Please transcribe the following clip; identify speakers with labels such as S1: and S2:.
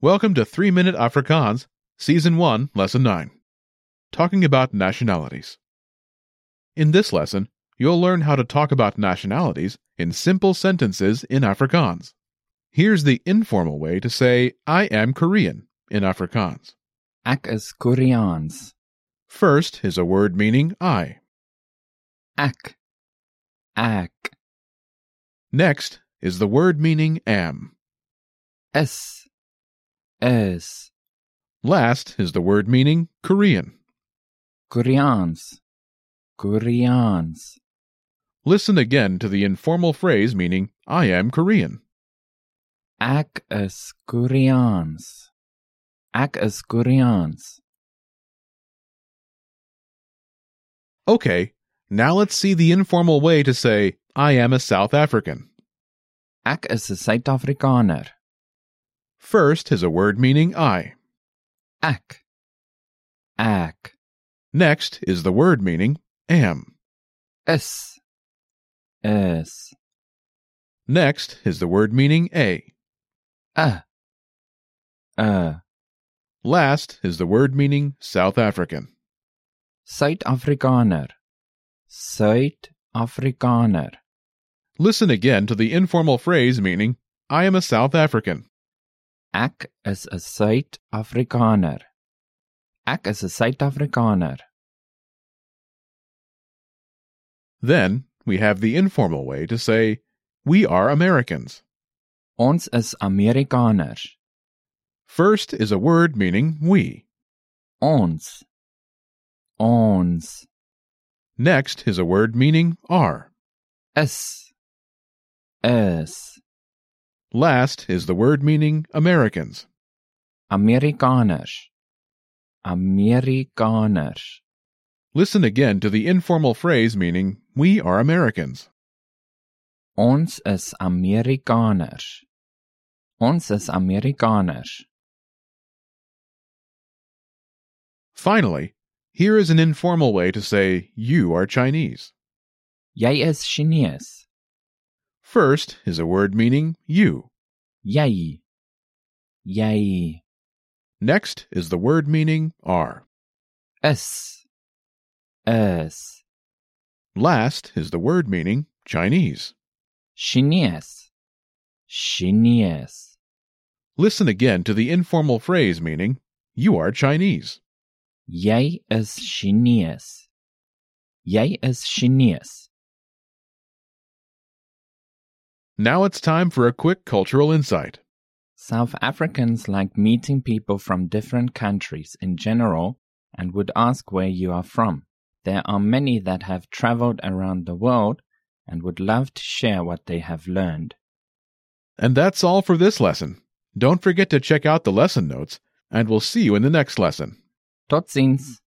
S1: Welcome to 3 Minute Afrikaans, Season 1, Lesson 9. Talking about nationalities. In this lesson, you'll learn how to talk about nationalities in simple sentences in Afrikaans. Here's the informal way to say, I am Korean in Afrikaans.
S2: Ek is Koreaans.
S1: First is a word meaning I.
S2: Ek. Ek
S1: Next is the word meaning am.
S2: is. Is
S1: Last is the word meaning Korean.
S2: Koreaans. Koreaans.
S1: Listen again to the informal phrase meaning, I am Korean.
S2: Ek is Koreaans. Ek is Koreaans.
S1: Okay, now let's see the informal way to say, I am a South African.
S2: Ek is 'n Suid-Afrikaner.
S1: First is a word meaning I.
S2: Ek. Ek
S1: Next is the word meaning am.
S2: is. Is.
S1: Next is the word meaning a.
S2: A. A
S1: Last is the word meaning South African.
S2: Suid-Afrikaner. Suid-Afrikaner.
S1: Listen again to the informal phrase meaning, I am a South African.
S2: Ek is 'n Suid-Afrikaner. Ek is 'n Suid-Afrikaner.
S1: Then we have the informal way to say, We are Americans.
S2: Ons is Amerikaners.
S1: First is a word meaning we.
S2: Ons. Ons
S1: Next is a word meaning are.
S2: is is
S1: Last is the word meaning Americans.
S2: Amerikaners. Amerikaners.
S1: Listen again to the informal phrase meaning we are Americans.
S2: Ons is Amerikaners. Ons is Amerikaners.
S1: Finally, here is an informal way to say you are Chinese.
S2: Jy is Chinees.
S1: First is a word meaning you.
S2: Jy. Jy
S1: Next is the word meaning are.
S2: is is
S1: Last is the word meaning Chinese.
S2: Chinees. Chinees.
S1: Listen again to the informal phrase meaning you are Chinese.
S2: Jy is Chinees. Jy is Chinees.
S1: Now it's time for a quick cultural insight.
S2: South Africans like meeting people from different countries in general and would ask where you are from. There are many that have traveled around the world and would love to share what they have learned.
S1: And that's all for this lesson. Don't forget to check out the lesson notes, and we'll see you in the next lesson.
S2: Tot ziens.